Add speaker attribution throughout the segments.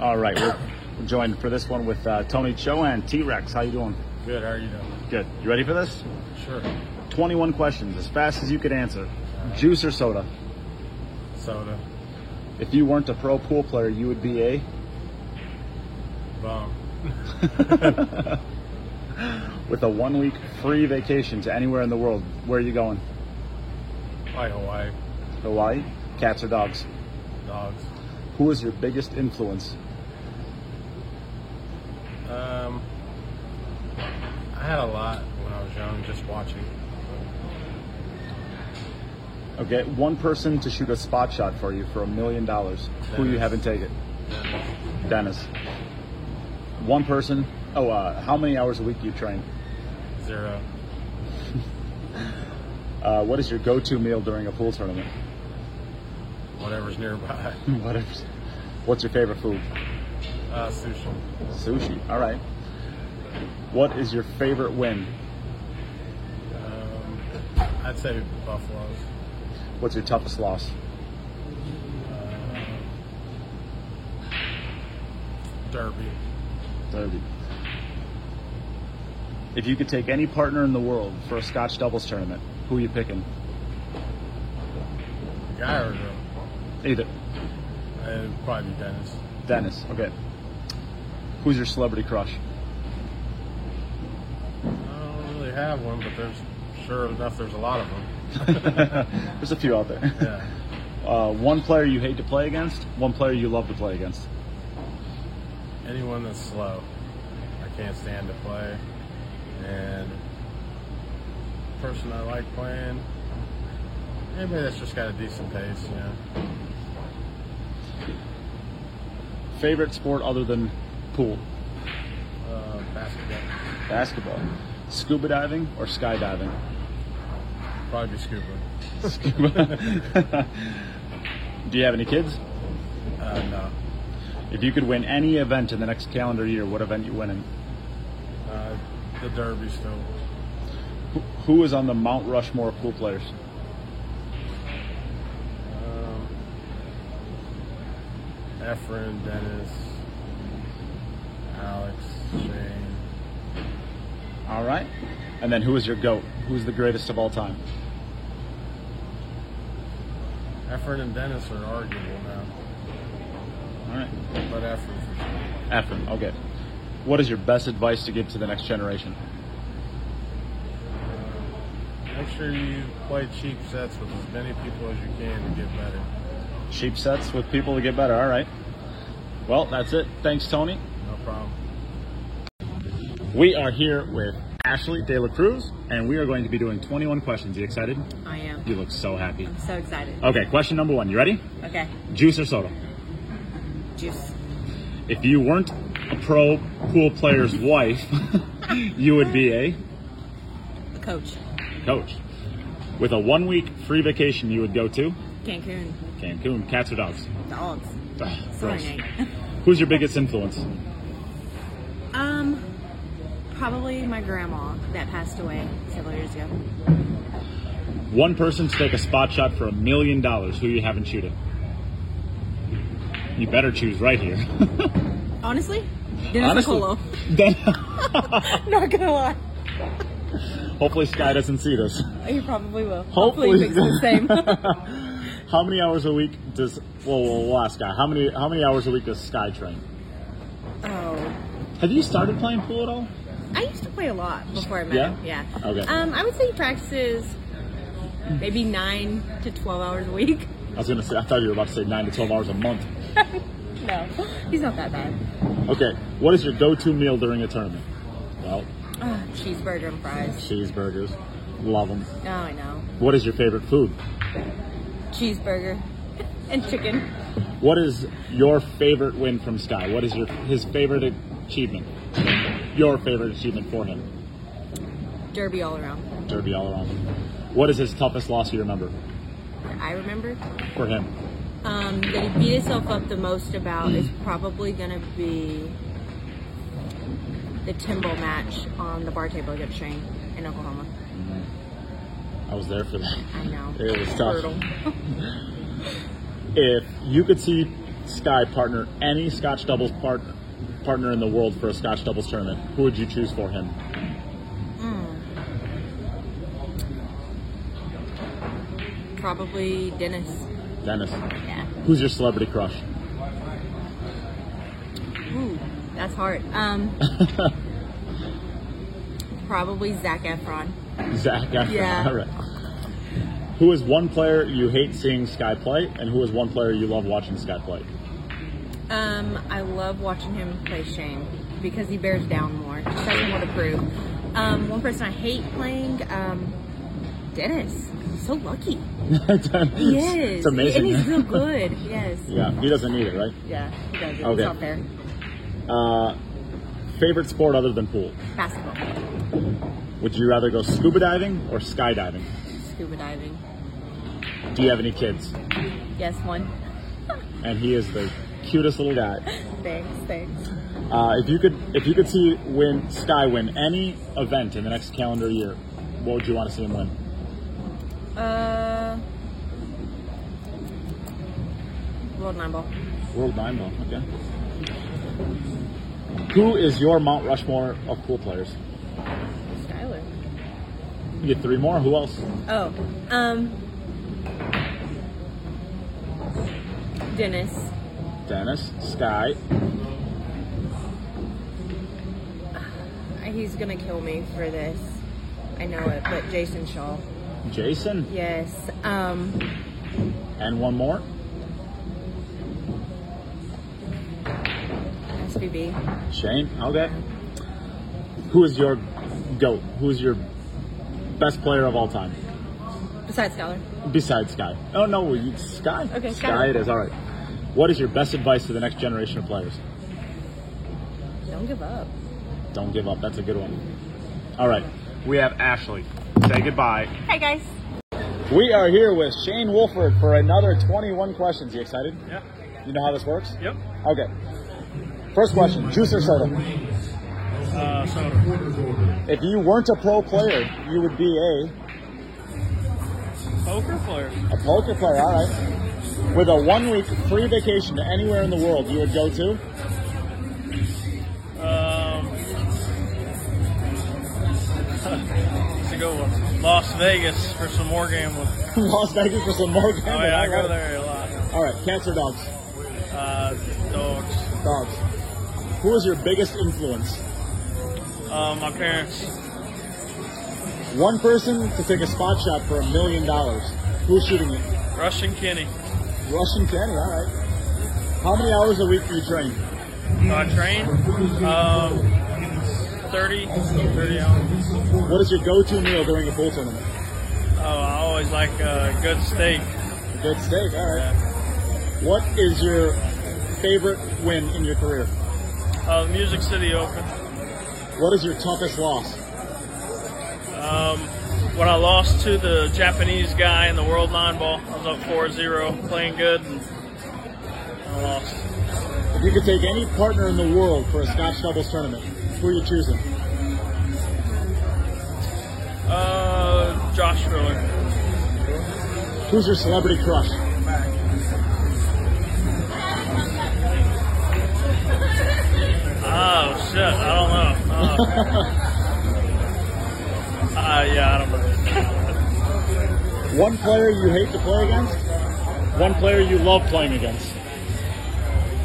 Speaker 1: All right, we're joined for this one with uh, Tony Cho and T Rex. How you doing?
Speaker 2: Good, how are you doing?
Speaker 1: Good. You ready for this?
Speaker 2: Sure.
Speaker 1: 21 questions, as fast as you could answer. Juice or soda?
Speaker 2: Soda,
Speaker 1: If you weren't a pro pool player, you would be a.
Speaker 2: bum,
Speaker 1: with a one week free vacation to anywhere in the world, where are you going?
Speaker 2: like Hawaii,
Speaker 1: Hawaii? Cats or dogs?
Speaker 2: dogs.
Speaker 1: Who is your biggest influence?
Speaker 2: Um, I had a lot when I was young, just watching.
Speaker 1: Okay, one person to shoot a spot shot for you for a million dollars. Who you
Speaker 2: Dennis.
Speaker 1: haven't taken? Dennis. One person. Oh, uh, how many hours a week do you train?
Speaker 2: Zero,
Speaker 1: Uh, what is your go-to meal during a pool tournament?
Speaker 2: whatever's nearby.
Speaker 1: Whatever. What's your favorite food?
Speaker 2: Uh, sushi,
Speaker 1: Sushi. All right. What is your favorite win?
Speaker 2: um, I'd say buffaloes.
Speaker 1: What's your toughest loss?
Speaker 2: Uh, Derby,
Speaker 1: Derby. If you could take any partner in the world for a Scotch doubles tournament, who are you picking?
Speaker 2: guy or girl?
Speaker 1: Either.
Speaker 2: It'd probably be Dennis.
Speaker 1: Dennis. Okay. Who's your celebrity crush?
Speaker 2: I don't really have one, but there's sure enough there's a lot of them.
Speaker 1: There's a few out there.
Speaker 2: Yeah.
Speaker 1: Uh, one player you hate to play against, one player you love to play against.
Speaker 2: anyone that's slow. I can't stand to play. And person I like playing, anybody that's just got a decent pace, you know.
Speaker 1: Favorite sport other than pool?
Speaker 2: Uh, basketball.
Speaker 1: Basketball. Scuba diving or skydiving?
Speaker 2: Probably be scuba.
Speaker 1: Scuba. Do you have any kids?
Speaker 2: Uh, no.
Speaker 1: If you could win any event in the next calendar year, what event you winning?
Speaker 2: Uh, the Derby still.
Speaker 1: Wh- Who is on the Mount Rushmore of pool players?
Speaker 2: Um, Efren, Dennis, Alex, Shane,
Speaker 1: All right. And then who is your GOAT? Who's the greatest of all time?
Speaker 2: Efren and Dennis are arguable now,
Speaker 1: All right.
Speaker 2: but Efren for sure.
Speaker 1: Ephraim, okay. What is your best advice to give to the next generation?
Speaker 2: Make sure you play cheap sets with as many people as you can to get better.
Speaker 1: Cheap sets with people to get better. All right. Well, that's it. Thanks, Tony.
Speaker 2: No problem.
Speaker 1: We are here with Ashley De La Cruz, and we are going to be doing 21 questions. You excited?
Speaker 3: I am.
Speaker 1: You look so happy.
Speaker 3: I'm so excited.
Speaker 1: Okay, question number one. You ready?
Speaker 3: Okay,
Speaker 1: Juice or soda?
Speaker 3: juice.
Speaker 1: If you weren't a pro pool player's wife, you would be a
Speaker 3: Coach,
Speaker 1: coach. With a one week free vacation, you would go to
Speaker 3: Cancun,
Speaker 1: Cancun. Cats or dogs?
Speaker 3: dogs.
Speaker 1: Ugh,
Speaker 3: Sorry,
Speaker 1: gross.
Speaker 3: Nate.
Speaker 1: Who's your biggest influence?
Speaker 3: Um, probably my grandma that passed away several years ago.
Speaker 1: One person to take a spot shot for a million dollars. Who you haven't shoot it? You better choose right here.
Speaker 3: Honestly, Dennis
Speaker 1: Honestly.
Speaker 3: Nicolo.
Speaker 1: then,
Speaker 3: Not gonna lie,
Speaker 1: hopefully Sky doesn't see this.
Speaker 3: he probably will.
Speaker 1: Hopefully.
Speaker 3: he thinks the same.
Speaker 1: How many hours a week does well, well we'll ask Sky. How many how many hours a week does Sky train?
Speaker 3: oh,
Speaker 1: Have you started playing pool at all?
Speaker 3: I used to play a lot before I met
Speaker 1: Yeah?
Speaker 3: him. Yeah.
Speaker 1: Okay.
Speaker 3: Um, I would say he practices maybe nine to twelve hours a week.
Speaker 1: I was gonna say I thought you were about to say nine to twelve hours a month.
Speaker 3: No, he's not that bad.
Speaker 1: Okay, what is your go-to meal during a tournament? Well,
Speaker 3: Oh, cheeseburger and fries.
Speaker 1: cheeseburgers, love them.
Speaker 3: Oh, I know.
Speaker 1: What is your favorite food?
Speaker 3: cheeseburger and chicken.
Speaker 1: What is your favorite win from Sky? What is your his favorite achievement? Your favorite achievement for him?
Speaker 3: Derby all around.
Speaker 1: Derby all around. What is his toughest loss you remember
Speaker 3: I remember
Speaker 1: for him?
Speaker 3: um, that he beat himself up the most about is probably going to be the Timbo match on the bar table against Shane in Oklahoma.
Speaker 1: I was there for that.
Speaker 3: I know.
Speaker 1: It was tough.
Speaker 3: Brutal.
Speaker 1: If you could see Sky partner any Scotch doubles part, partner in the world for a Scotch doubles tournament, who would you choose for him?
Speaker 3: Hmm. Probably Dennis.
Speaker 1: Dennis.
Speaker 3: Yeah.
Speaker 1: Who's your celebrity crush?
Speaker 3: Ooh, that's hard. Um, probably Zach Efron.
Speaker 1: Zach Efron.
Speaker 3: Yeah.
Speaker 1: All right. Who is one player you hate seeing Sky play, and who is one player you love watching Sky play?
Speaker 3: Um, I love watching him play Shane because he bears down more. He shows him what to prove. Um, one person I hate playing, um, Dennis. He's so lucky. He is.
Speaker 1: It's amazing.
Speaker 3: And he's real good. Yes.
Speaker 1: yeah, he doesn't need it, right?
Speaker 3: Yeah, he does. It's
Speaker 1: Okay.
Speaker 3: not fair.
Speaker 1: Uh, favorite sport other than pool?
Speaker 3: Basketball.
Speaker 1: Would you rather go scuba diving or skydiving?
Speaker 3: Scuba diving.
Speaker 1: Do you have any kids?
Speaker 3: Yes, one.
Speaker 1: And he is the cutest little guy.
Speaker 3: Thanks, thanks.
Speaker 1: Uh, if you could, if you could see win Sky win any event in the next calendar year, what would you want to see him win?
Speaker 3: Uh, World Nine Ball.
Speaker 1: World nine ball. Okay. Who is your Mount Rushmore of pool players?
Speaker 3: Skyler.
Speaker 1: You get three more. Who else?
Speaker 3: Oh, um, Dennis.
Speaker 1: Dennis, Sky.
Speaker 3: He's gonna kill me for this. I know it, but Jason Shaw.
Speaker 1: Jason,
Speaker 3: Yes. Um,
Speaker 1: and one more.
Speaker 3: SVB.
Speaker 1: Shane. Okay. Who is your goat? Who is your best player of all time?
Speaker 3: Besides Skyler.
Speaker 1: Besides Sky. Oh no, you, Sky.
Speaker 3: Okay,
Speaker 1: Sky.
Speaker 3: Sky.
Speaker 1: It is all right. What is your best advice to the next generation of players?
Speaker 3: Don't give up.
Speaker 1: Don't give up. That's a good one. All right, we have Ashley. Say goodbye.
Speaker 3: Hi guys.
Speaker 1: We are here with Shane Wolford for another 21 questions. You excited?
Speaker 4: Yep.
Speaker 1: You know how this works?
Speaker 4: Yep.
Speaker 1: Okay. First question: Juice or soda?
Speaker 4: Uh, soda.
Speaker 1: If you weren't a pro player, you would be a
Speaker 4: Poker player.
Speaker 1: a poker player. All right. With a one-week free vacation to anywhere in the world, you would go to.
Speaker 4: Um, it's a good one. Las Vegas for some more gambling.
Speaker 1: Las Vegas for some more gambling.
Speaker 4: Oh yeah, I
Speaker 1: All
Speaker 4: go
Speaker 1: right.
Speaker 4: there a lot.
Speaker 1: All right, cats or dogs?
Speaker 4: Uh, dogs.
Speaker 1: Dogs. Who was your biggest influence?
Speaker 4: Uh, my parents.
Speaker 1: One person to take a spot shot for a million dollars. Who's shooting it?
Speaker 4: Russian Kenny.
Speaker 1: Russian Kenny. All right. How many hours a week do you train?
Speaker 4: Uh, train. Um, 30, 30 hours.
Speaker 1: What is your go-to meal during a pool tournament?
Speaker 4: Oh, I always like uh, good steak.
Speaker 1: A good steak. All right. What is your favorite win in your career?
Speaker 4: Uh, Music City Open.
Speaker 1: What is your toughest loss?
Speaker 4: Um, when I lost to the Japanese guy in the World Nine Ball, I was up 4-0, playing good, and I lost.
Speaker 1: If you could take any partner in the world for a Scotch doubles tournament, who are you choosing?
Speaker 4: Uh, Josh Filler.
Speaker 1: Who's your celebrity crush?
Speaker 4: Oh shit, I don't know. Uh, uh, yeah, I don't know.
Speaker 1: One player you hate to play against? One player you love playing against.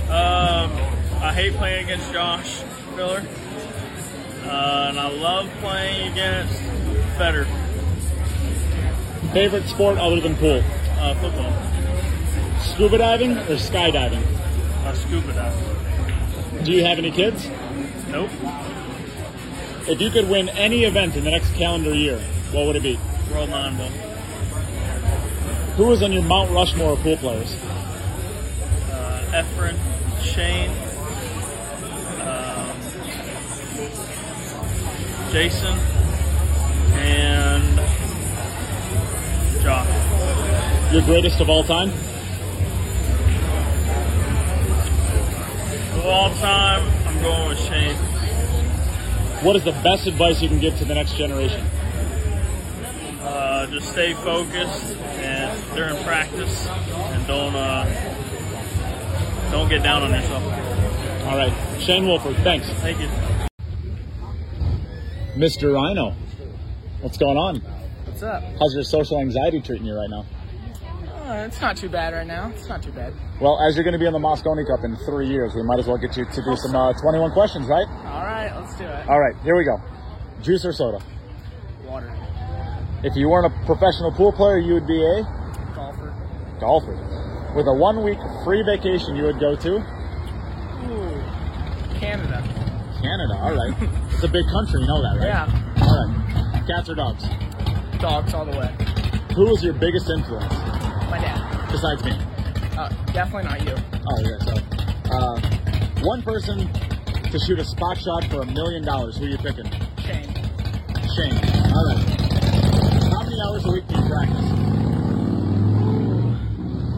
Speaker 4: Um, I hate playing against Josh Filler, uh, and I love playing against Federer
Speaker 1: Favorite sport other than pool?
Speaker 4: uh, football.
Speaker 1: Scuba diving or skydiving?
Speaker 4: Uh, scuba dive.
Speaker 1: Do you have any kids?
Speaker 4: Nope.
Speaker 1: If you could win any event in the next calendar year, what would it be?
Speaker 4: World nine ball.
Speaker 1: Who is on your Mount Rushmore of pool players?
Speaker 4: uh, Efren, Shane, um, Jason, and Josh.
Speaker 1: Your greatest of all time?
Speaker 4: Of all time, I'm going with Shane.
Speaker 1: What is the best advice you can give to the next generation?
Speaker 4: Uh, just stay focused and during practice, and don't uh,
Speaker 5: Don't get down on yourself.
Speaker 1: All right, Shane Wolford, thanks.
Speaker 5: Thank you.
Speaker 1: Mr. Rhino, what's going on?
Speaker 6: What's up?
Speaker 1: How's your social anxiety treating you right now?
Speaker 6: Uh, it's not too bad right now. It's not too bad.
Speaker 1: Well, as you're going to be in the Moscone Cup in three years, we might as well get you to do some uh, 21 questions, right?
Speaker 6: All right, let's do it.
Speaker 1: All right, here we go. Juice or soda?
Speaker 6: Water,
Speaker 1: If you weren't a professional pool player, you would be a
Speaker 6: golfer.
Speaker 1: golfer. With a one week free vacation, you would go to
Speaker 6: Ooh, Canada.
Speaker 1: Canada. All right. It's a big country, you know that, right?
Speaker 6: Yeah,
Speaker 1: All right. Cats or dogs?
Speaker 6: dogs all the way.
Speaker 1: Who was your biggest influence
Speaker 6: My dad.
Speaker 1: besides me?
Speaker 6: Uh, definitely not you.
Speaker 1: Oh, yeah, so. Uh, one person to shoot a spot shot for a million dollars. Who are you picking?
Speaker 6: Shane.
Speaker 1: Shane. All right. How many hours a week do you practice?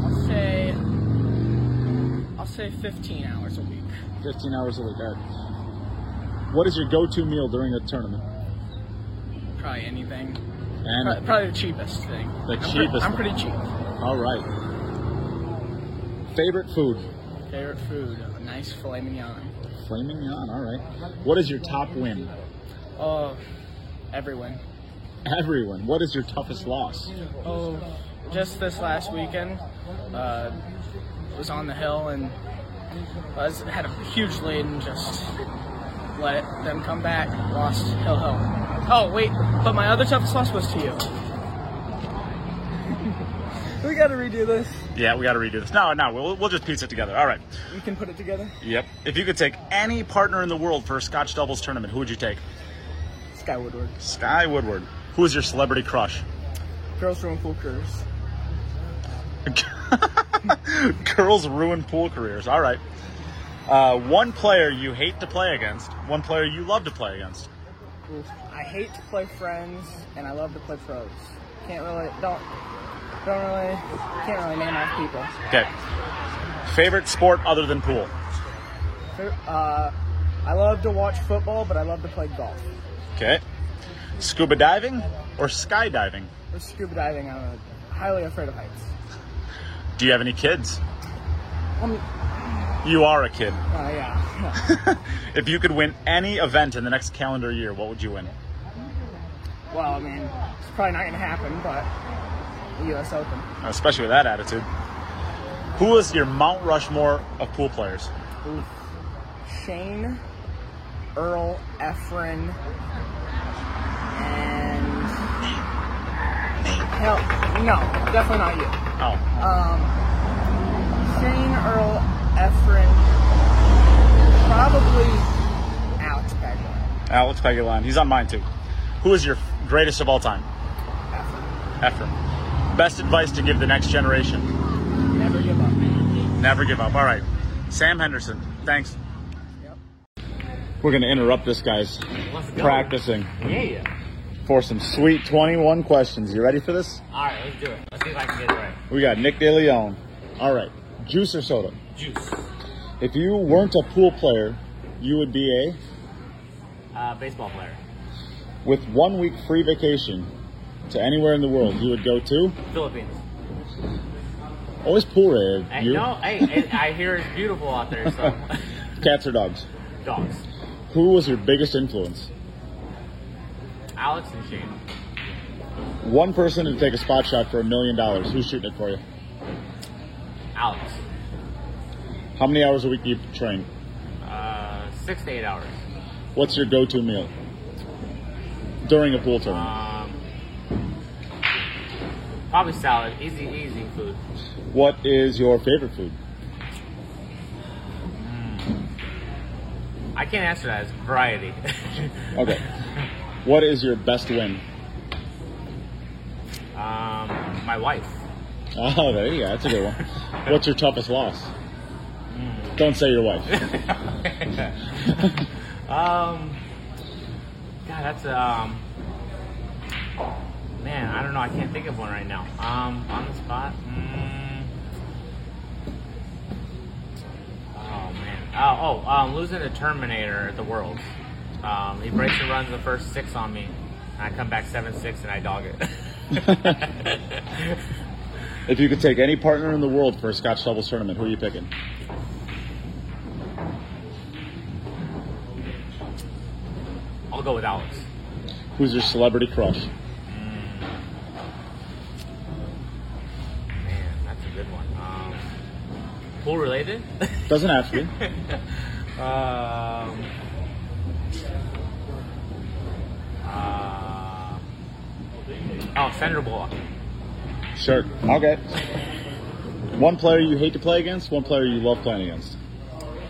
Speaker 6: I'll say. I'll say 15 hours a week.
Speaker 1: 15 hours a week. All right. What is your go to meal during a tournament?
Speaker 6: Probably anything. Pro-
Speaker 1: And,
Speaker 6: Probably the cheapest thing.
Speaker 1: The
Speaker 6: I'm pre-
Speaker 1: cheapest
Speaker 6: I'm
Speaker 1: one.
Speaker 6: pretty cheap.
Speaker 1: all right. Favorite food?
Speaker 6: Favorite food? A nice filet mignon.
Speaker 1: Flaming on, all right. What is your top win?
Speaker 6: Oh, everyone.
Speaker 1: Everyone. What is your toughest loss?
Speaker 6: Oh, just this last weekend, uh, was on the hill and I was, had a huge lead and just let them come back. Lost hill hill. Oh wait, but my other toughest loss was to you. we got to redo this.
Speaker 1: Yeah, we got to redo this. No, no, we'll, we'll just piece it together. All right.
Speaker 6: We can put it together.
Speaker 1: Yep. If you could take any partner in the world for a Scotch doubles tournament, who would you take?
Speaker 6: Sky Woodward,
Speaker 1: Sky Woodward. Who is your celebrity crush?
Speaker 6: girls from pool curves.
Speaker 1: Girls ruin pool careers. All right. Uh, one player you hate to play against. One player you love to play against.
Speaker 6: Oof. I hate to play friends and I love to play pros. Can't really don't don't really can't really name off people.
Speaker 1: Okay. Favorite sport other than pool.
Speaker 6: Uh, I love to watch football, but I love to play golf.
Speaker 1: Okay. Scuba diving or skydiving?
Speaker 6: Or scuba diving, I'm uh, highly afraid of heights.
Speaker 1: Do you have any kids?
Speaker 6: Um,
Speaker 1: You are a kid.
Speaker 6: uh, yeah.
Speaker 1: If you could win any event in the next calendar year, what would you win? Uh,
Speaker 6: well, I mean, it's probably not going to happen, but the U.S. Open.
Speaker 1: Especially with that attitude. Who is your Mount Rushmore of pool players?
Speaker 6: Oof. Shane, Earl, Efren, and hell, no, definitely not you.
Speaker 1: Oh,
Speaker 6: Um, Shane, Earl, Efren, probably Alex Bagwell.
Speaker 1: Alex Pegulon. He's on mine too. Who is your f- greatest of all time?
Speaker 6: Efren.
Speaker 1: Ephraim. Best advice to give the next generation.
Speaker 6: Never give up.
Speaker 1: Never give up. All right. Sam Henderson. Thanks.
Speaker 6: Yep.
Speaker 1: We're going to interrupt this guy's
Speaker 5: Let's go.
Speaker 1: practicing
Speaker 5: Yeah.
Speaker 1: for some sweet 21 questions. You ready for this?
Speaker 5: All right, let's do it. Let's see if I can get it right.
Speaker 1: We got Nick DeLeon. All right. Juice or soda?
Speaker 5: Juice.
Speaker 1: If you weren't a pool player, you would be a
Speaker 5: Uh, baseball player.
Speaker 1: with one week free vacation to anywhere in the world, you would go to?
Speaker 5: Philippines.
Speaker 1: Always pool related.
Speaker 5: Hey,
Speaker 1: you?
Speaker 5: no, hey, it, I hear it's beautiful out there, so.
Speaker 1: Cats or dogs?
Speaker 5: Dogs.
Speaker 1: Who was your biggest influence?
Speaker 5: Alex and Shane.
Speaker 1: One person to take a spot shot for a million dollars. Who's shooting it for you?
Speaker 5: Alex.
Speaker 1: How many hours a week do you train?
Speaker 5: Uh, six to eight hours.
Speaker 1: What's your go-to meal during a pool tournament?
Speaker 5: Um, probably salad. Easy, easy food.
Speaker 1: What is your favorite food?
Speaker 5: I can't answer that. It's variety.
Speaker 1: Okay. What is your best win?
Speaker 5: um, my wife.
Speaker 1: Oh, there you go. That's a good one. What's your toughest loss? Don't say your wife.
Speaker 5: Um, God, that's um, man, I don't know. I can't think of one right now. Um, on the spot. Mm, oh man. Oh, oh, um, losing to Terminator at the Worlds. Um, he breaks and runs the first six on me, and I come back seven six, and I dog it.
Speaker 1: If you could take any partner in the world for a Scotch doubles tournament, who are you picking?
Speaker 5: I'll go with Alex.
Speaker 7: Who's your celebrity crush?
Speaker 5: Man, that's a good one. Um, pool related?
Speaker 7: Doesn't have to be.
Speaker 5: um, uh, oh, Sandra Bullock.
Speaker 7: Sure. Okay. One player you hate to play against, one player you love playing against.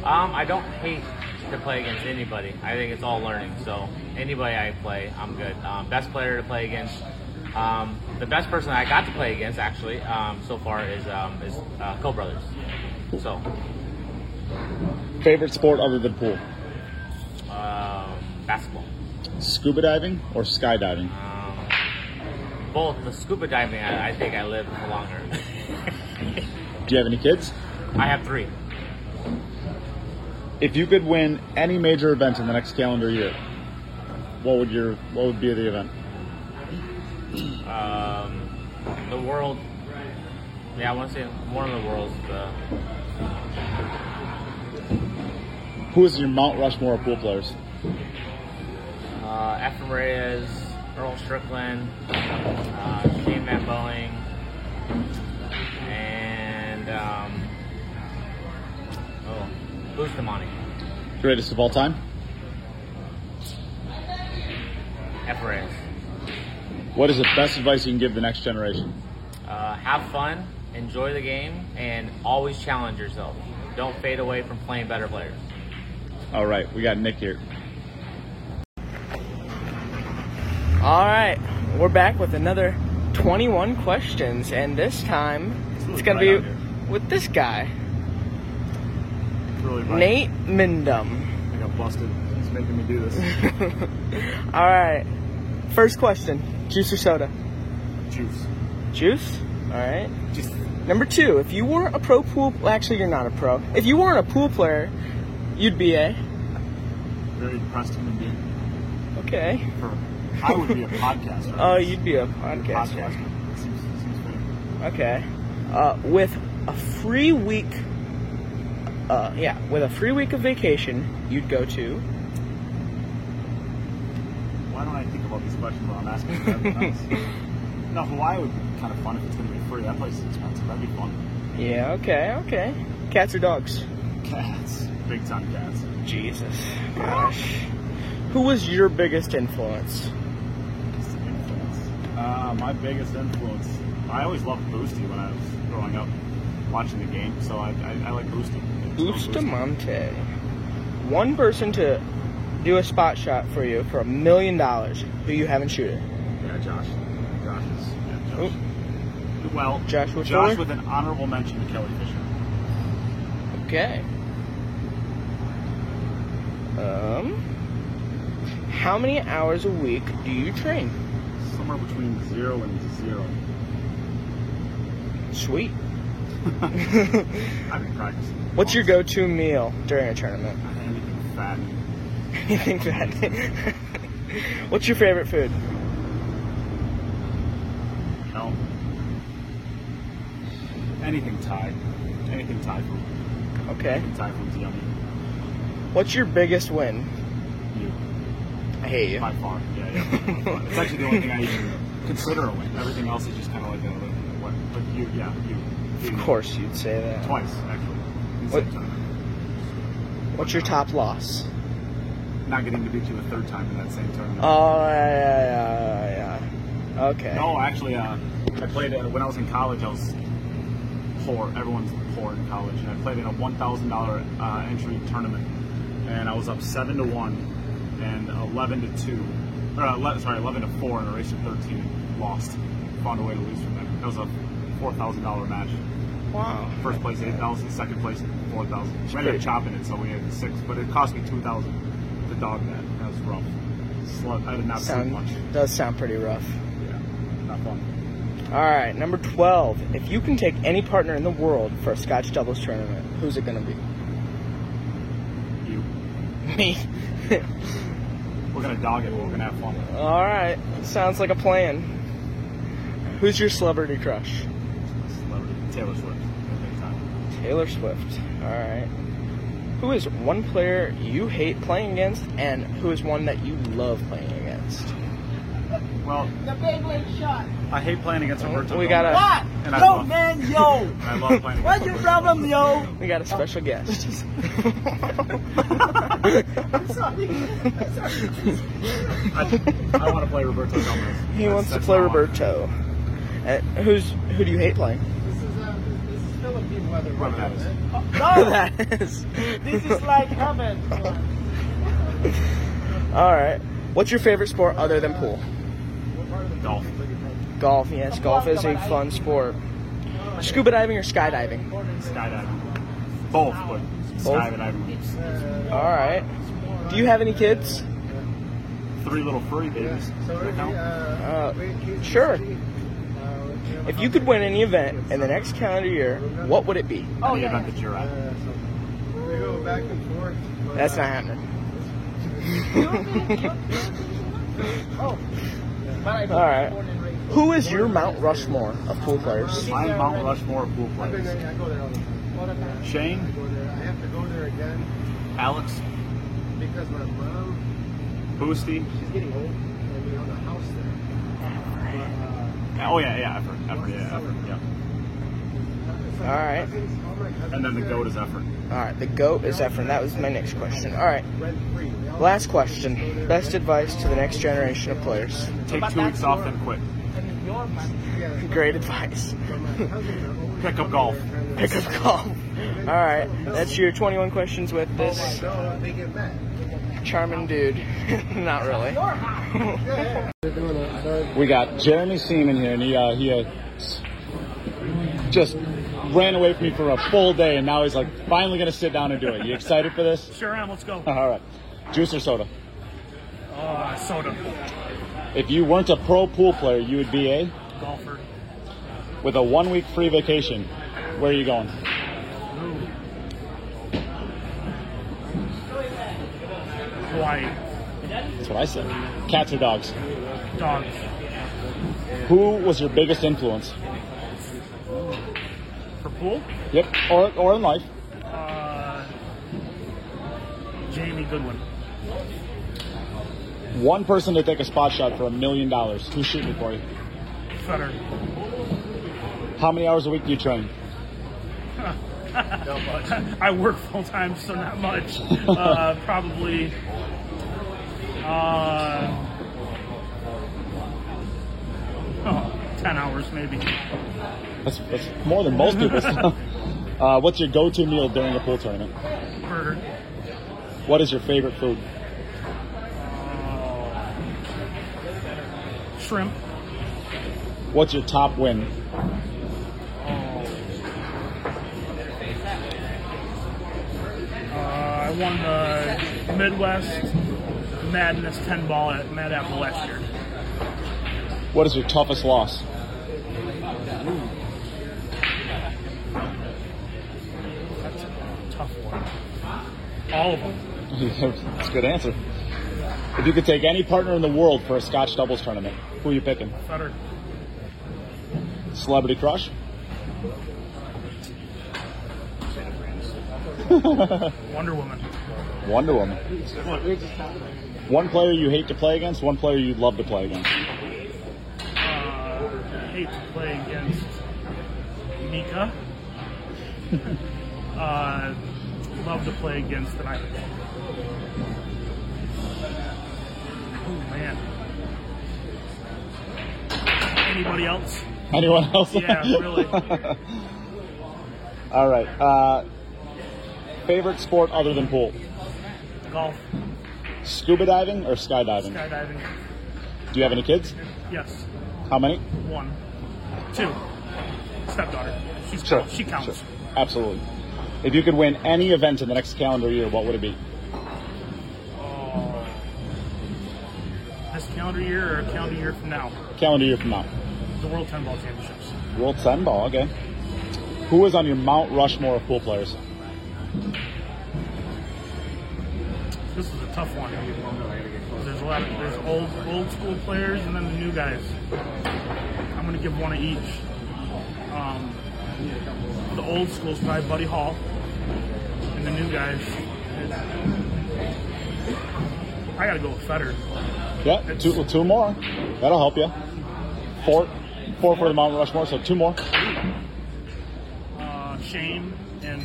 Speaker 5: Um, I don't hate to play against anybody. I think it's all learning. So anybody I play, I'm good. Um, best player to play against. Um, the best person I got to play against actually um, so far is um, is uh, Cole Brothers. So
Speaker 7: Favorite sport other than pool?
Speaker 5: um, basketball.
Speaker 7: Scuba diving or skydiving?
Speaker 5: Um, both the scuba diving. I, I think I lived longer.
Speaker 7: Do you have any kids?
Speaker 5: I have three.
Speaker 7: If you could win any major event in the next calendar year, what would your what would be the event?
Speaker 5: Um, the world. Yeah, I want to say one of the world's. Uh,
Speaker 7: Who is your Mount Rushmore of pool players?
Speaker 5: uh, Efrem Reyes, Earl Strickland, uh, Shane Van Boeing, and um, oh, Bustamante,
Speaker 7: Greatest of all time?
Speaker 5: Efrem Reyes.
Speaker 7: What is the best advice you can give the next generation?
Speaker 5: Uh, have fun, enjoy the game, and always challenge yourself. Don't fade away from playing better players.
Speaker 7: All right, we got Nick here.
Speaker 6: All right, we're back with another 21 questions, and this time it's gonna
Speaker 1: right
Speaker 6: be
Speaker 1: on here.
Speaker 6: with this guy,
Speaker 1: It's really bright.
Speaker 6: Nate Mindum.
Speaker 1: I got busted. It's making me do this.
Speaker 6: All right, first question: juice or soda?
Speaker 1: Juice.
Speaker 6: Juice. All right.
Speaker 1: Just
Speaker 6: Number two: if you were a pro pool, well, actually you're not a pro. If you weren't a pool player, you'd be a.
Speaker 1: very depressed human being.
Speaker 6: Okay.
Speaker 1: For, I would be a podcaster.
Speaker 6: Oh, you'd be a podcaster.
Speaker 1: Podcaster. Seems, seems better.
Speaker 6: Okay. Uh, with a free week, uh, yeah, with a free week of vacation, you'd go to.
Speaker 1: Why don't I think about these questions while I'm asking everyone else? no, Hawaii would be kind of fun if it's going to be free. That place is expensive. That'd be fun.
Speaker 6: Yeah. Okay. Okay. Cats or dogs?
Speaker 1: Cats. Big time cats.
Speaker 6: Jesus. Gosh. Who was your biggest influence?
Speaker 1: Just an influence. Uh, my biggest influence. I always loved Boosty when I was growing up, watching the game. So I, I, I like Boosty.
Speaker 6: Bustamante. One person to do a spot shot for you for a million dollars. Who you having shoot it?
Speaker 1: Yeah, Josh. Josh is. Yeah, Josh. Well,
Speaker 6: Oh. Josh Woodford?
Speaker 1: Josh with an honorable mention to Kelly Fisher.
Speaker 6: Okay. Um. How many hours a week do you train?
Speaker 1: Somewhere between zero and zero.
Speaker 6: Sweet.
Speaker 1: I've been practicing.
Speaker 6: What's your go-to meal during a tournament?
Speaker 1: Anything fat.
Speaker 6: you think that? What's your favorite food?
Speaker 1: You know, anything Thai. Anything Thai food.
Speaker 6: Okay.
Speaker 1: Anything Thai food's yummy.
Speaker 6: What's your biggest win?
Speaker 1: You.
Speaker 6: I hate you.
Speaker 1: By far. Yeah, yeah. it's actually the only thing I even consider a win. Everything else is just kind of like a what. But you, yeah, you. you
Speaker 6: Of course you'd say that.
Speaker 1: Twice, actually. in the
Speaker 6: What-
Speaker 1: same tournament.
Speaker 6: What's your top loss?
Speaker 1: Not getting to beat you the third time in that same tournament.
Speaker 6: Oh yeah, yeah, yeah, yeah. Okay.
Speaker 1: No, actually, uh, I played uh, when I was in college. I was poor. Everyone's poor in college, and I played in a one thousand dollar uh, entry tournament, and I was up seven to one, and eleven to two, or uh, ele- sorry, eleven to four in a race of thirteen, and lost. Found a way to lose from that. That was a four thousand dollar match.
Speaker 6: Wow.
Speaker 1: First place eight thousand, second place four thousand. We ended up chopping it, so we had six, but it cost me two thousand. The dog that that was rough. Slut. I did not sleep
Speaker 6: Sound
Speaker 1: much.
Speaker 6: does sound pretty rough.
Speaker 1: Yeah, not fun.
Speaker 6: All right, number twelve. If you can take any partner in the world for a Scotch doubles tournament, who's it gonna be?
Speaker 1: You.
Speaker 6: Me.
Speaker 1: We're gonna dog it, but we're gonna have fun.
Speaker 6: All right. Sounds like a plan. Who's your celebrity crush?
Speaker 1: Celebrity Taylor Swift. Big time.
Speaker 6: Taylor Swift. All right. Who is one player you hate playing against, and who is one that you love playing against?
Speaker 8: Well,
Speaker 9: The Beyblade shot.
Speaker 8: I hate playing against Roberto.
Speaker 6: We got a
Speaker 9: What?
Speaker 8: And I
Speaker 9: Yo,
Speaker 8: love-
Speaker 9: man, yo.
Speaker 8: I love playing
Speaker 9: What's
Speaker 8: against
Speaker 9: your problem, yo?
Speaker 6: we got a special guest.
Speaker 9: Sorry.
Speaker 8: I, I want to play Roberto Gomez.
Speaker 6: he
Speaker 8: That's-
Speaker 6: wants to
Speaker 8: that's
Speaker 6: play
Speaker 8: my one.
Speaker 6: Roberto. And who's who do you hate playing?
Speaker 8: Whoever that is.
Speaker 9: No,
Speaker 6: that is.
Speaker 9: this is like heaven.
Speaker 8: Oh,
Speaker 6: All right. What's your favorite sport other than pool?
Speaker 8: Dolph.
Speaker 6: Golf. Yes, golf is a fun sport. Scuba diving or skydiving?
Speaker 8: Skydiving. Both, but skydiving.
Speaker 6: All right. Do you have any kids?
Speaker 8: Three little furry babies. Does that count?
Speaker 6: Uh, sure. If you could win any event in the next calendar year, what would it be?
Speaker 8: Oh, yeah. Event that you're at.
Speaker 6: That's
Speaker 8: uh,
Speaker 6: not happening.
Speaker 8: Oh.
Speaker 6: All right. Who is your Mount Rushmore of pool players?
Speaker 8: Mine Mount Rushmore pool players. Shane, Alex, Boosty. uh, Oh yeah, yeah, effort, effort, yeah, effort, yeah.
Speaker 6: All right.
Speaker 8: And then the goat is effort.
Speaker 6: All right. The goat is Efren. That was my next question. All right. Last question. Best advice to the next generation of players.
Speaker 8: Take two weeks off, then quit.
Speaker 6: Great advice.
Speaker 8: Pick up golf.
Speaker 6: Pick up golf. All right. That's your 21 questions with this charming dude. Not really.
Speaker 1: We got Jeremy Seaman here, and he uh, he uh, s- just ran away from me for a full day, and now he's like finally gonna sit down and do it. You excited for this?
Speaker 10: Sure am. Let's go.
Speaker 1: All right, juice or soda?
Speaker 10: Uh, soda.
Speaker 1: If you weren't a pro pool player, you would be a
Speaker 10: Golfer.
Speaker 1: with a one week free vacation. Where are you going?
Speaker 10: Hawaii.
Speaker 1: That's what I said. Cats or dogs?
Speaker 10: Dog.
Speaker 1: Who was your biggest influence?
Speaker 10: For pool?
Speaker 1: Yep, or or in life.
Speaker 10: Uh, Jamie Goodwin.
Speaker 1: One person to take a spot shot for a million dollars. Who's shooting it for you?
Speaker 10: Fetter.
Speaker 1: How many hours a week do you train?
Speaker 10: I work full time, so not much. Uh, probably. Uh, oh, 10 hours maybe.
Speaker 1: That's, that's more than most people. uh, what's your go-to meal during a pool tournament?
Speaker 10: Burger.
Speaker 1: What is your favorite food?
Speaker 10: Shrimp.
Speaker 1: What's your top win?
Speaker 10: Uh, I won the Midwest Madness 10 ball at Mad Apple last year.
Speaker 1: What is your toughest loss?
Speaker 10: That's a tough one. All of them.
Speaker 1: that's a good answer. If you could take any partner in the world for a Scotch doubles tournament, who are you picking?
Speaker 10: Better.
Speaker 1: Celebrity crush?
Speaker 10: Wonder Woman.
Speaker 1: Wonder Woman. One player you hate to play against, one player you'd love to play against.
Speaker 10: Uh, hate to play against Mika. uh, love to play against an Irish. Oh man. Anybody else?
Speaker 1: Anyone else?
Speaker 10: Yeah, really.
Speaker 1: All right. Uh, favorite sport other than pool?
Speaker 10: Golf,
Speaker 1: Scuba diving or skydiving?
Speaker 10: skydiving.
Speaker 1: Do you have any kids?
Speaker 10: Yes.
Speaker 1: How many?
Speaker 10: One. Two. Stepdaughter. She's
Speaker 1: Sure,
Speaker 10: She counts.
Speaker 1: sure. Absolutely. If you could win any event in the next calendar year, what would it be?
Speaker 10: Oh. This calendar year or a calendar year from now?
Speaker 1: Calendar year from now.
Speaker 10: The World Ten Ball Championships.
Speaker 1: World 10 ball, okay. Who is on your Mount Rushmore of pool players?
Speaker 10: This is a tough one. There's a lot of there's old old school players and then the new guys. I'm gonna give one of each. Um, the old school's probably Buddy Hall, and the new guys is. I gotta go with Federer.
Speaker 1: Yeah, two, two more. That'll help you. Four, four for the Mount Rushmore. So two more.
Speaker 10: Uh, Shane and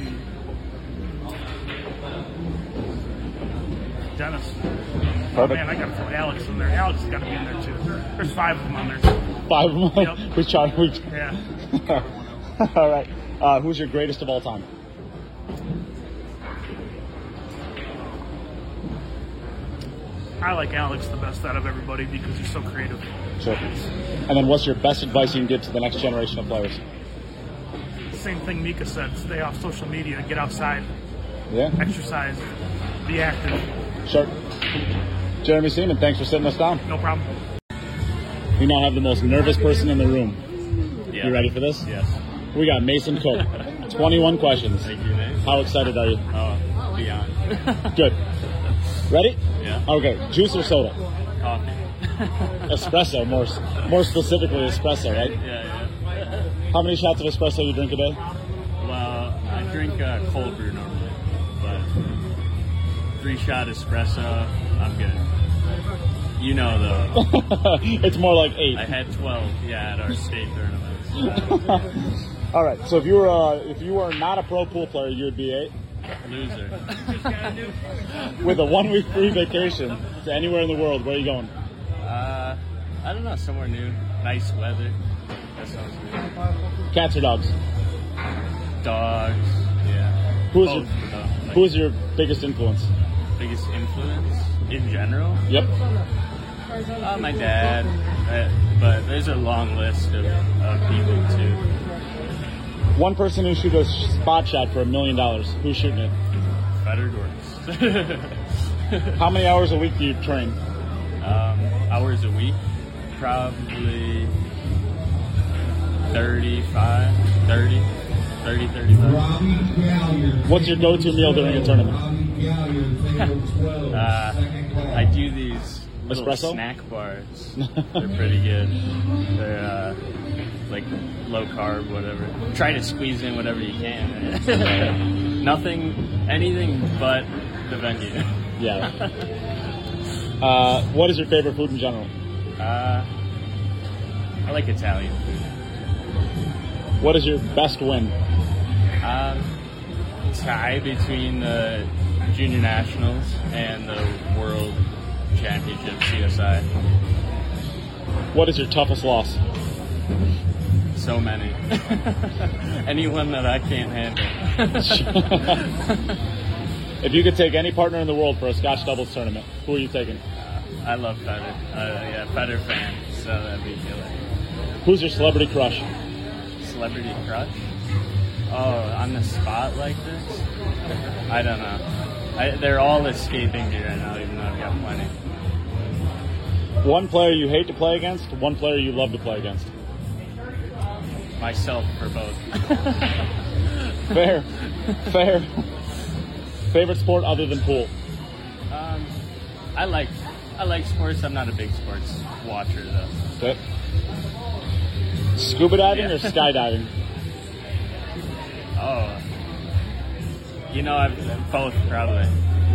Speaker 10: Dennis. Oh man, I gotta throw Alex in there. Alex has gotta be in there too. There's five of them on there.
Speaker 1: Five more.
Speaker 10: Yep.
Speaker 1: we try. We,
Speaker 10: Yeah.
Speaker 1: all right. Uh, who's your greatest of all time?
Speaker 10: I like Alex the best out of everybody because he's so creative.
Speaker 1: Sure. And then what's your best advice you can give to the next generation of players?
Speaker 10: Same thing Mika said stay off social media, get outside,
Speaker 1: Yeah.
Speaker 10: exercise, be active.
Speaker 1: Sure. Jeremy Seaman, thanks for sitting us down.
Speaker 10: No problem.
Speaker 1: We now have the most nervous person in the room.
Speaker 11: Yeah.
Speaker 1: You ready for this?
Speaker 11: Yes.
Speaker 1: We got Mason Cook. 21 questions.
Speaker 11: Thank you, man.
Speaker 1: How excited are you?
Speaker 11: Oh, beyond.
Speaker 1: Good. Ready?
Speaker 11: Yeah.
Speaker 1: Okay. Juice or soda?
Speaker 11: Coffee.
Speaker 1: Espresso, more more specifically espresso, right?
Speaker 11: Yeah,
Speaker 1: How many shots of espresso you drink a day?
Speaker 11: yeah. Well, I drink uh, cold brew normally, but three shot espresso, I'm good. You know, though,
Speaker 1: it's more like eight.
Speaker 11: I had 12, yeah, at our state tournament.
Speaker 1: All right. So if you were uh, if you were not a pro pool player, you would be eight
Speaker 11: Loser.
Speaker 1: with a one week free vacation to anywhere in the world. Where are you going?
Speaker 11: Uh, I don't know, somewhere new. Nice weather. That sounds good.
Speaker 1: Cats or dogs?
Speaker 11: Dogs, yeah.
Speaker 1: Who's
Speaker 11: Both,
Speaker 1: your-
Speaker 11: though. Like,
Speaker 1: Who is your biggest influence?
Speaker 11: biggest influence in general?
Speaker 1: Yep.
Speaker 11: Uh, my dad, uh, but there's a long list of, of people too.
Speaker 1: One person who shoots a sh- spot shot for a million dollars. Who's shooting it?
Speaker 11: Better dorks.
Speaker 1: How many hours a week do you train?
Speaker 11: um, hours a week, probably 35, 30, 30, 35.
Speaker 1: What's your go-to meal during a tournament?
Speaker 11: Uh, I do these little
Speaker 1: Espresso?
Speaker 11: snack bars. They're pretty good. They're uh, like low carb, whatever. Try to squeeze in whatever you can. Nothing, anything but the venue.
Speaker 1: Yeah. Uh, what is your favorite food in general?
Speaker 11: Uh, I like Italian food.
Speaker 1: What is your best win?
Speaker 11: Um, tie between the junior nationals and the world championship CSI.
Speaker 1: What is your toughest loss?
Speaker 11: So many. Anyone that I can't handle.
Speaker 1: If you could take any partner in the world for a Scotch doubles tournament, who are you taking?
Speaker 11: I love Federer. Uh, yeah, Federer fan, so that'd be killer.
Speaker 1: Who's your celebrity crush?
Speaker 11: Celebrity crush? Oh, on the spot like this? I don't know. I, they're all escaping me right now, even though I've got plenty.
Speaker 1: One player you hate to play against, one player you love to play against.
Speaker 11: Myself for both.
Speaker 1: Fair. Fair. Favorite sport other than pool?
Speaker 11: Um, I like I like sports. I'm not a big sports watcher though.
Speaker 1: Okay. Scuba diving
Speaker 11: Yeah.
Speaker 1: or skydiving?
Speaker 11: Oh, you know, I've both probably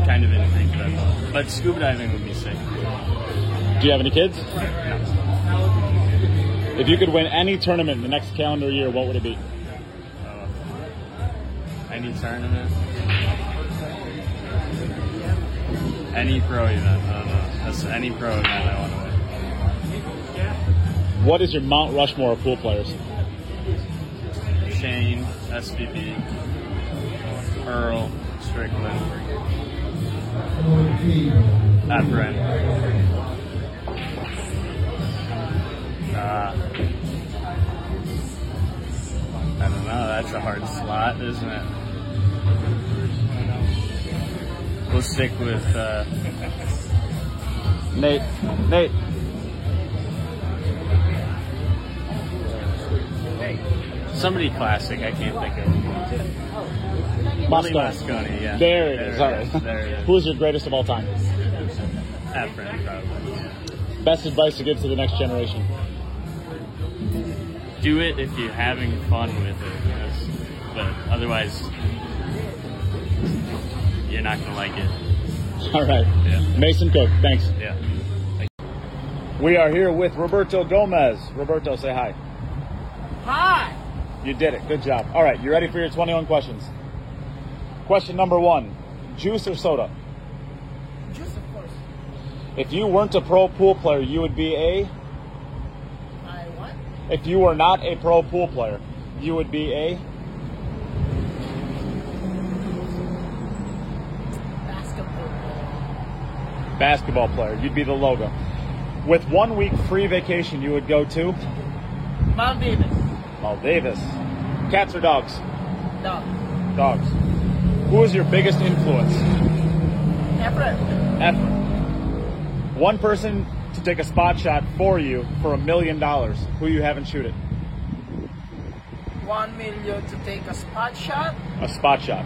Speaker 11: kind of in agreement about both. But scuba diving would be sick.
Speaker 1: Do you have any kids? If you could win any tournament in the next calendar year, what would it be?
Speaker 11: Oh. Any tournament, any pro event. I don't know. That's any pro event I want to win.
Speaker 1: What is your Mount Rushmore of pool players?
Speaker 11: Shane, SVB, Earl, Strickland, not Brent. Uh, I don't know. That's a hard slot, isn't it? We'll stick with uh,
Speaker 1: Nate. Nate.
Speaker 11: somebody classic. I can't think of. Willie
Speaker 1: Moscow.
Speaker 11: Moscone, yeah.
Speaker 1: There it is. All
Speaker 11: it is,
Speaker 1: right.
Speaker 11: There it
Speaker 1: Who
Speaker 11: is.
Speaker 1: is your greatest of all time?
Speaker 11: Efren, probably.
Speaker 1: Best advice to give to the next generation.
Speaker 11: do it if you're having fun with it. Yes. But otherwise, yeah, you're not gonna like it.
Speaker 1: All right.
Speaker 11: Yeah.
Speaker 1: Mason Cook, thanks.
Speaker 11: Yeah.
Speaker 1: We are here with Roberto Gomez. Roberto, say hi.
Speaker 8: Hi.
Speaker 1: You did it. Good job. All right, you ready for your 21 questions? Question number one Juice or soda?
Speaker 8: Juice, of course.
Speaker 1: If you weren't a pro pool player, you would be a.
Speaker 8: I what?
Speaker 1: If you were not a pro pool player, you would be a.
Speaker 8: Basketball.
Speaker 1: basketball player. You'd be the logo. With one week free vacation, you would go to
Speaker 8: Mount Davis.
Speaker 1: Maldives. Cats or dogs?
Speaker 8: Dog.
Speaker 1: Dogs. Who is your biggest influence?
Speaker 8: Everett.
Speaker 1: Effort. One person to take a spot shot for you for a million dollars. Who you haven't shoot it?
Speaker 9: One million to take a spot shot.
Speaker 1: A spot shot.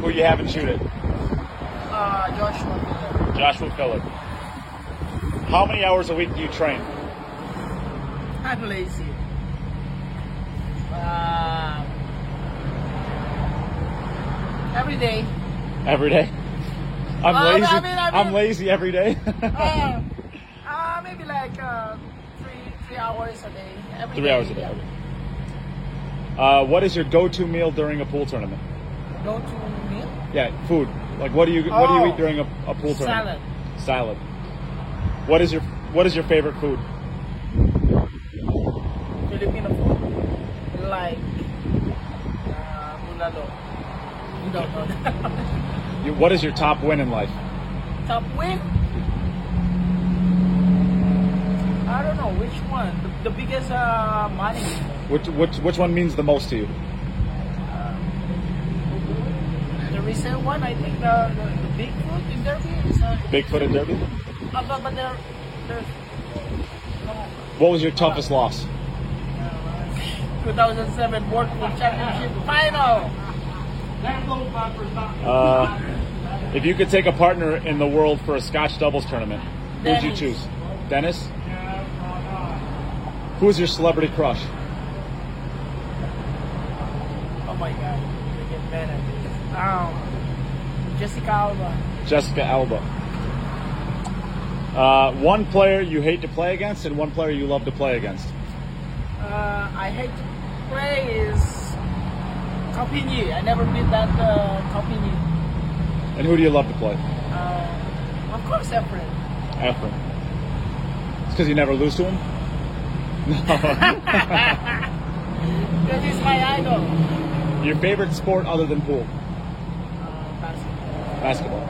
Speaker 1: Who you haven't shoot it?
Speaker 9: Uh, Joshua.
Speaker 1: Joshua Phillip. How many hours a week do you train?
Speaker 9: I'm lazy. Um,
Speaker 8: Uh, every day.
Speaker 1: Every day. I'm
Speaker 8: Uh, I
Speaker 1: lazy.
Speaker 8: mean, I
Speaker 1: I'm
Speaker 8: mean-
Speaker 1: lazy every day.
Speaker 8: Uh, uh, maybe like uh, three three hours a day. Every
Speaker 1: Three
Speaker 8: day,
Speaker 1: hours a day.
Speaker 8: yeah.
Speaker 1: okay. Uh, what is your go-to meal during a pool tournament?
Speaker 8: Go to meal.
Speaker 1: Yeah, food. Like, what do you what do you
Speaker 8: Oh.
Speaker 1: eat during a, a pool tournament?
Speaker 8: Salad.
Speaker 1: Salad. What is your what is your favorite food?
Speaker 9: Filipino food. Like, uh, bulalo. You don't know that.
Speaker 1: You, what is your top win in life?
Speaker 9: Top win? I don't know which one. The, the biggest uh, money.
Speaker 1: Which which which one means the most to you?
Speaker 9: The recent one, I think the, the, the Bigfoot in Derby is uh,
Speaker 1: Bigfoot and Derby.
Speaker 9: uh, but, but there, there's no,
Speaker 1: What was your toughest loss?
Speaker 9: 2007 World Cup Championship final.
Speaker 1: Uh, if you could take a partner in the world for a Scotch doubles tournament, who'd you
Speaker 9: Dennis.
Speaker 1: choose? Dennis. Who is your celebrity crush?
Speaker 9: Oh my god, we get better. Um, Jessica Alba,
Speaker 1: Jessica Alba. Uh, one player you hate to play against and one player you love to play against.
Speaker 9: uh, I hate to play is Calpini. I never beat that uh, Calpini.
Speaker 1: And who do you love to play?
Speaker 9: Uh, of course, Efren.
Speaker 1: Efren. It's because you never lose to him? No.
Speaker 9: That is my idol.
Speaker 1: Your favorite sport other than pool?
Speaker 9: Uh, basketball.
Speaker 1: Basketball.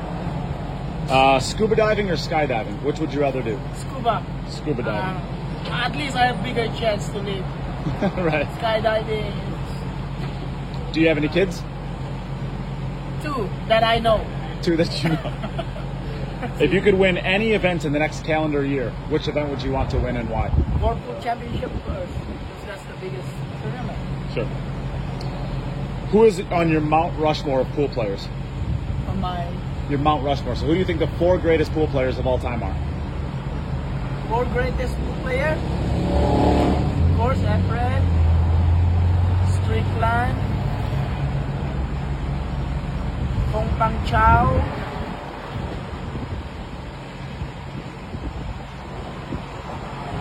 Speaker 1: Uh, scuba diving or skydiving? Which would you rather do?
Speaker 9: Scuba.
Speaker 1: Scuba diving.
Speaker 9: Uh, at least I have bigger chance to live.
Speaker 1: right.
Speaker 9: Skydiving.
Speaker 1: Do you have any kids?
Speaker 9: Two that I know.
Speaker 1: Two that you know. if you could win any event in the next calendar year, which event would you want to win and why?
Speaker 9: World Cup Championship first. That's the biggest tournament.
Speaker 1: Sure. Who is on your Mount Rushmore of pool players?
Speaker 9: On my
Speaker 1: Your Mount Rushmore. So who do you think the four greatest pool players of all time are?
Speaker 9: four greatest player. Of course, Efren, Strickland, Hong Pang Chao.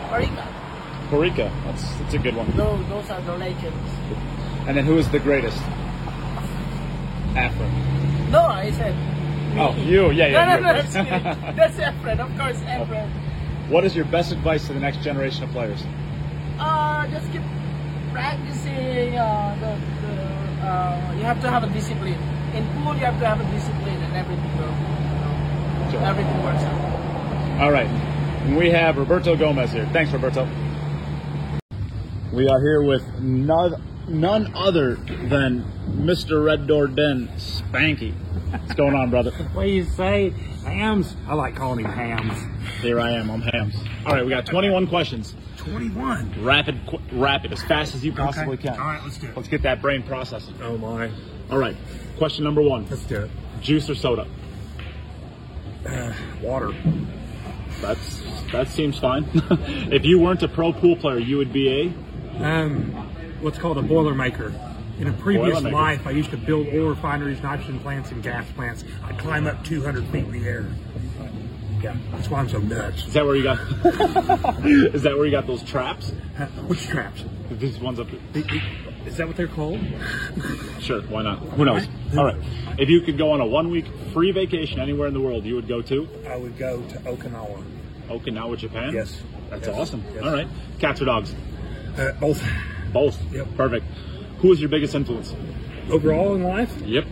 Speaker 9: Parika.
Speaker 1: Barica. That's that's a good one.
Speaker 9: Those, those are the legends.
Speaker 1: And then who is the greatest? Afrin.
Speaker 9: No, I said.
Speaker 1: Oh, you. Yeah,
Speaker 9: No,
Speaker 1: yeah.
Speaker 9: no,
Speaker 1: you.
Speaker 9: no, that's me. That's Efren, of course, Efren.
Speaker 1: what is your best advice to the next generation of players?
Speaker 9: Uh, just keep practicing. Uh, the, the, uh, you have to have a discipline. In pool, you have to have a discipline, and everything will, you
Speaker 1: Sure.
Speaker 9: know, everything works out.
Speaker 1: All right. And we have Roberto Gomez here. Thanks, Roberto. We are here with none, none other than Mr. Red Door Den Spanky. What's going on, brother?
Speaker 10: What do you say? Hams? I like calling him Hams.
Speaker 1: Here I am. I'm Hams. All right, we got 21 questions.
Speaker 10: 21.
Speaker 1: Rapid, qu- rapid, as fast as you possibly
Speaker 10: Okay.
Speaker 1: can.
Speaker 10: All right, let's do it.
Speaker 1: Let's get that brain processing.
Speaker 10: Oh my.
Speaker 1: All right. Question number one:
Speaker 10: Let's do it. Uh,
Speaker 1: Juice or soda?
Speaker 10: Water.
Speaker 1: That's that seems fine. if you weren't a pro pool player, you would be a
Speaker 10: Um, what's called a boilermaker. In a previous
Speaker 1: Boilermakers.
Speaker 10: life, I used to build oil refineries, nitrogen plants, and gas plants. I'd climb up 200 feet in the air. Yeah, that's why I'm so nuts.
Speaker 1: Is that where you got? is that where you got those traps?
Speaker 10: Which traps?
Speaker 1: These ones up.
Speaker 10: The- the- Is that what they're called?
Speaker 1: Sure, why not? Who knows? All right. If you could go on a one-week free vacation anywhere in the world, you would go to
Speaker 10: I would go to Okinawa.
Speaker 1: Okinawa, Japan.
Speaker 10: Yes.
Speaker 1: that's
Speaker 10: Yes.
Speaker 1: awesome.
Speaker 10: Yes.
Speaker 1: All right. Cats or dogs?
Speaker 10: Uh, both
Speaker 1: Both.
Speaker 10: Yep.
Speaker 1: Perfect. Who is your biggest influence?
Speaker 10: overall in life.
Speaker 1: Yep.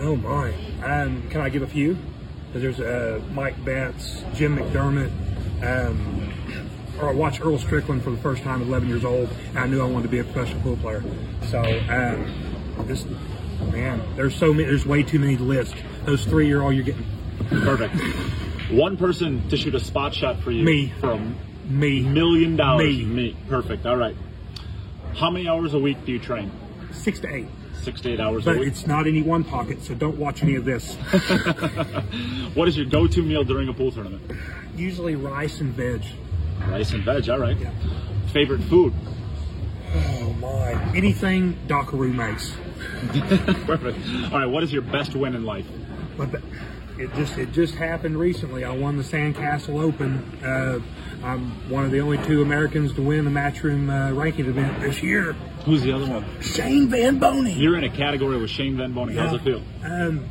Speaker 10: Oh my! Um, can I give a few? There's uh, Mike Betts, Jim McDermott. Um, or I watched Earl Strickland for the first time at 11 years old, and I knew I wanted to be a professional pool player. So, um, just man, there's so many. There's way too many to list. Those three are all you're getting.
Speaker 1: Perfect. One person to shoot a spot shot for you.
Speaker 10: Me.
Speaker 1: For a
Speaker 10: Me,
Speaker 1: million dollars.
Speaker 10: Me.
Speaker 1: Perfect. All right. How many hours a week do you train?
Speaker 10: six to eight.
Speaker 1: Six to eight hours
Speaker 10: But
Speaker 1: a week.
Speaker 10: it's not any one pocket, so don't watch any of this.
Speaker 1: What is your go-to meal during a pool tournament?
Speaker 10: Usually rice and veg.
Speaker 1: Rice and veg. All right.
Speaker 10: Yeah.
Speaker 1: Favorite food?
Speaker 10: Oh my! Anything Dockeroo makes.
Speaker 1: Perfect. All right. What is your best win in life?
Speaker 10: But the- it just it just happened recently. I won the Sandcastle Open. Uh, I'm one of the only two Americans to win the matchroom uh, ranking event this year.
Speaker 1: Who's the other one?
Speaker 10: Shane Van Boney.
Speaker 1: You're in a category with Shane Van Boning. How's it feel?
Speaker 10: Um,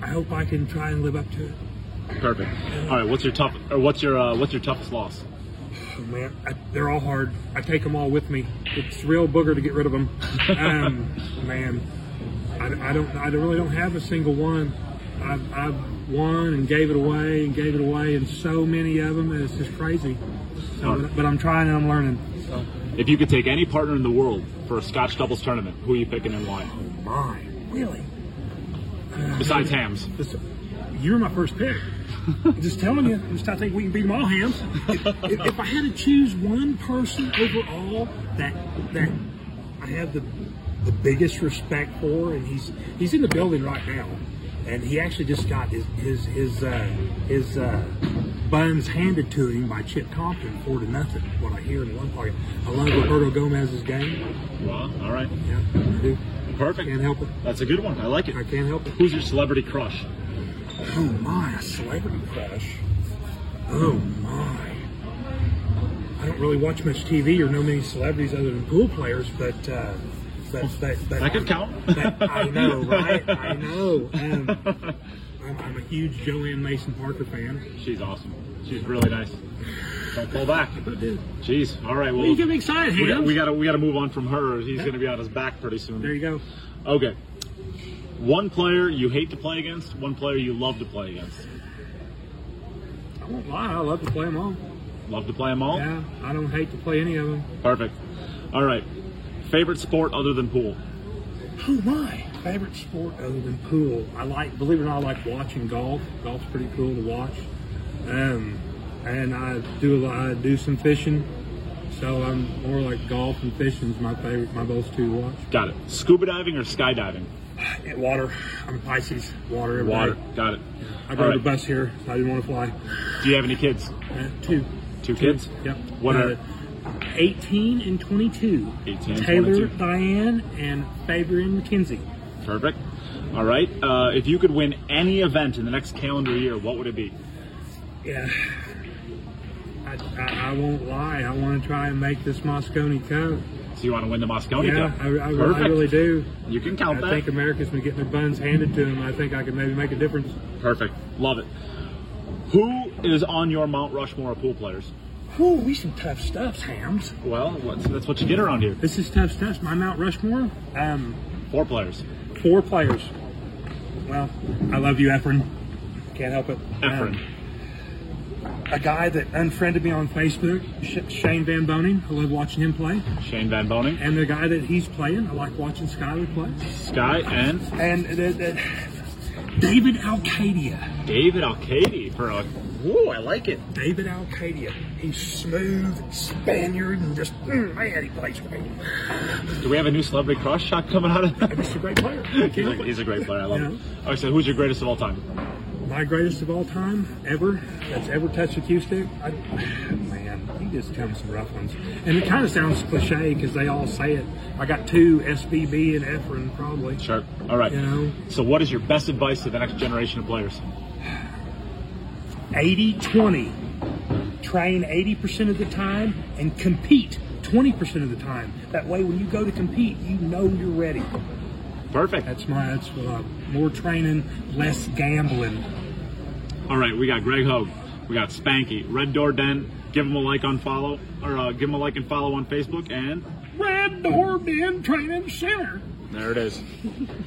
Speaker 10: I hope I can try and live up to it.
Speaker 1: Perfect. All right. What's your tough? Or what's your uh, what's your toughest loss?
Speaker 10: Oh, man, I, they're all hard. I take them all with me. It's real booger to get rid of them. Um, man, I, I don't. I don't- really don't have a single one. I've, I've won and gave it away and gave it away, and so many of them. It's just crazy. So, but, but I'm trying and I'm learning. So,
Speaker 1: If you could take any partner in the world for a Scotch doubles tournament, who are you picking and why?
Speaker 10: Oh, my, really?
Speaker 1: Besides Hams.
Speaker 10: This, you were my first pick. I'm just telling you, just I think we can beat them all, Hams. if, if I had to choose one person overall that that I have the the biggest respect for, and he's he's in the building right now, and he actually just got his his his uh, his uh, buns handed to him by Chip Compton, four to nothing. What I hear in one pocket. I love Roberto Gomez's game.
Speaker 1: Wow. All right.
Speaker 10: Yeah, I do.
Speaker 1: Perfect.
Speaker 10: Can't help it.
Speaker 1: That's a good one. I like it.
Speaker 10: I can't help it.
Speaker 1: Who's your celebrity crush?
Speaker 10: Oh my, a celebrity crush. Oh my. I don't really watch much TV or know many celebrities other than pool players, but uh, but, but, but
Speaker 1: That could count.
Speaker 10: But I know, right? I know. Um, I'm, I'm a huge Joanne Mason Parker fan.
Speaker 1: She's awesome. She's really nice. Don't pull back. Jeez. All right. Well,
Speaker 10: You get me excited,
Speaker 1: we, got,
Speaker 10: Hams.
Speaker 1: we got to we got to move on from her. or He's going to be on his back pretty soon.
Speaker 10: There you go.
Speaker 1: Okay. One player you hate to play against, one player you love to play against.
Speaker 10: I won't lie, I love to play them all.
Speaker 1: Love to play them all?
Speaker 10: Yeah, I don't hate to play any of them.
Speaker 1: Perfect. All right. Favorite sport other than pool?
Speaker 10: Oh my! Favorite sport other than pool? I like, believe it or not, I like watching golf. Golf's pretty cool to watch. Um, and I do a lot, I do some fishing. So I'm more like golf and fishing's my favorite, my most two to watch.
Speaker 1: Got it. Scuba diving or skydiving?
Speaker 10: At water, I'm Pisces. Water, every
Speaker 1: Water.
Speaker 10: day.
Speaker 1: Got it.
Speaker 10: I
Speaker 1: All
Speaker 10: rode
Speaker 1: right.
Speaker 10: a bus here. I didn't want to fly.
Speaker 1: Do you have any kids?
Speaker 10: Uh, two.
Speaker 1: Two kids?
Speaker 10: Yep.
Speaker 1: What
Speaker 10: Uh,
Speaker 1: are-
Speaker 10: 18 and 22.
Speaker 1: 18 and
Speaker 10: Taylor,
Speaker 1: 22.
Speaker 10: Diane, and Fabian McKenzie.
Speaker 1: Perfect. All right. Uh, if you could win any event in the next calendar year, what would it be?
Speaker 10: Yeah. I, I, I won't lie. I want to try and make this Moscone Cup.
Speaker 1: So you want to win the Moscone
Speaker 10: Yeah,
Speaker 1: Cup?
Speaker 10: I, I, I
Speaker 1: Perfect.
Speaker 10: really do.
Speaker 1: You can
Speaker 10: I
Speaker 1: count that.
Speaker 10: think America's been getting their buns handed to them. I think I could maybe make a difference.
Speaker 1: Perfect. Love it. Who is on your Mount Rushmore of pool players?
Speaker 10: Whew, we some tough stuffs, Hams.
Speaker 1: Well, what's, that's what you get around here.
Speaker 10: This is tough stuff. My Mount Rushmore, um,
Speaker 1: Four players.
Speaker 10: four players. Well, I love you, Efren. Can't help it. Um,
Speaker 1: Efren.
Speaker 10: a guy that unfriended me on Facebook, Sh- Shane Van Boning. I love watching him play.
Speaker 1: Shane Van Boning.
Speaker 10: And the guy that he's playing, I like watching Skyler play.
Speaker 1: Sky and
Speaker 10: and the, the, David Alcadia.
Speaker 1: David Alcady for uh, a. Whoa, I like it.
Speaker 10: David Alcadia. He's smooth Spaniard and just mm, man, he plays great.
Speaker 1: Do we have a new celebrity crush shot coming out of that?
Speaker 10: He's a great player.
Speaker 1: He's a, he's a great player. I love him. All right, so who's your greatest of all time?
Speaker 10: My greatest of all time ever that's ever touched a cue stick. I, man, and he does tell me some rough ones. And it kind of sounds cliche because they all say it. I got two SVB and Efren probably.
Speaker 1: Sure. All right.
Speaker 10: You know?
Speaker 1: So, what is your best advice to the next generation of players?
Speaker 10: 80 20. Train 80% of the time and compete 20% of the time. That way, when you go to compete, you know you're ready.
Speaker 1: Perfect.
Speaker 10: That's my, that's what I, more training, less gambling.
Speaker 1: All right, we got Greg Hogue, we got Spanky, Red Door Den. Give them a like on follow, or uh, give them a like and follow on Facebook, and
Speaker 10: Red Door Den Training Center.
Speaker 1: there it is.